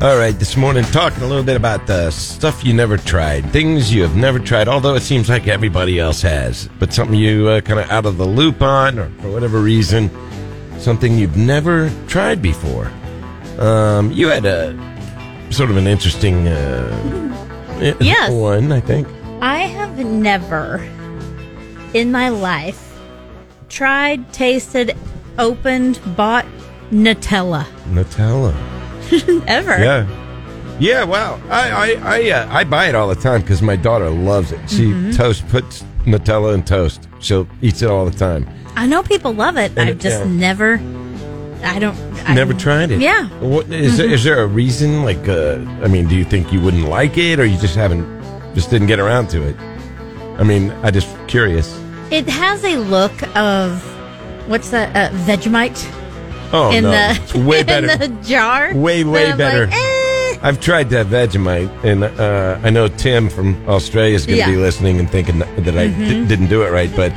All right, this morning talking a little bit about the stuff you never tried, things you have never tried, although it seems like everybody else has, but something you uh, kind of out of the loop on, or for whatever reason, something you've never tried before. Um, you had a sort of an interesting uh, i- Yes. one, I think. I have never in my life tried, tasted, opened, bought Nutella Nutella. ever. Yeah. Yeah, wow. I I I, uh, I buy it all the time because my daughter loves it. She toast puts Nutella in toast. She'll eats it all the time. I know people love it. And I've it- just yeah. never. I don't. I, Never tried it. Yeah. What is there, is there a reason? Like, uh, I mean, do you think you wouldn't like it, or you just haven't, just didn't get around to it? I mean, I just curious. It has a look of what's that? Uh, Vegemite Oh in no, the it's way in better. the jar. Way, way that I'm better. like, eh. I've tried that Vegemite, and uh, I know Tim from Australia is going to Yeah. Mm-hmm. be listening and thinking that I di- didn't do it right, but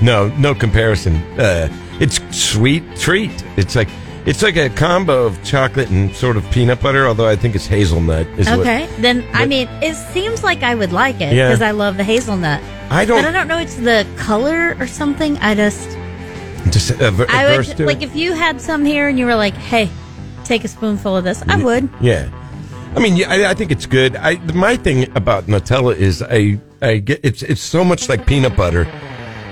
no, no comparison. Uh, it's sweet treat. It's like it's like a combo of chocolate and sort of peanut butter, although I think it's hazelnut. Is Okay, What, then I what- mean, it seems like I would like it Yeah. because I love the hazelnut. I don't- But I don't know. It's the color or something. I just. just aver- I averse would uh, to it? like if you had some here and you were like, "Hey, take a spoonful of this." I would. Yeah, I mean, yeah, I, I think it's good. I my thing about Nutella is I I get it's it's so much like peanut butter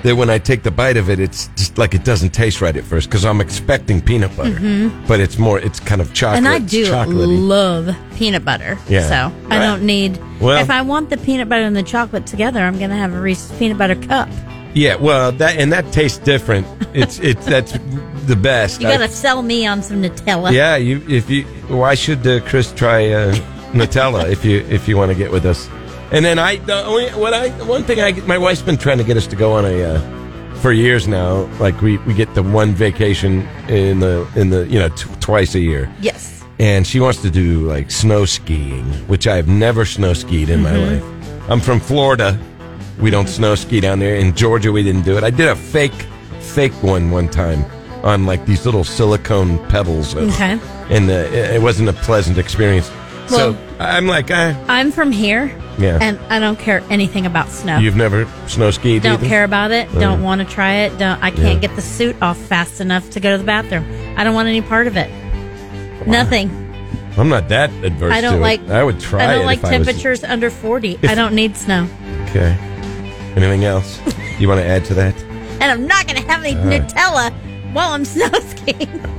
that when I take the bite of it, it's just like it doesn't taste right at first because I'm expecting peanut butter, but it's more it's kind of chocolate. Mm-hmm. And I do chocolatey. love peanut butter. Yeah. So I Right. don't need. Well- if I want the peanut butter and the chocolate together, I'm going to have a Reese's peanut butter cup. yeah. Well, that and that tastes different. It's it's that's the best. You I- got to sell me on some Nutella. yeah. You if you why should uh, Chris try uh, Nutella if you if you want to get with us. And then I the only what I the one thing I my wife's been trying to get us to go on a uh, for years now. Like we we get the one vacation in the in the you know t- twice a year. Yes. And she wants to do like snow skiing, which I've never snow skied in my Mm-hmm. life. I'm from Florida. We don't snow ski down there. In Georgia, we didn't do it. I did a fake, fake one one time on like these little silicone pebbles. Of, Okay. And uh, it it wasn't a pleasant experience. Well- so I'm like, eh, I'm from here. Yeah. And I don't care anything about snow. you've never snow skied? don't either? Uh-huh. care about it. Don't want to try it. Don't. I can't get the suit off fast enough to go to the bathroom. I don't want any part of it. Nothing. I'm not that adverse. I to don't it. like. I would try. I don't it like if was- temperatures under forty. I don't need snow, okay. Anything else you want to add to that? Uh. and I'm not going to have any Nutella while I'm snow skiing.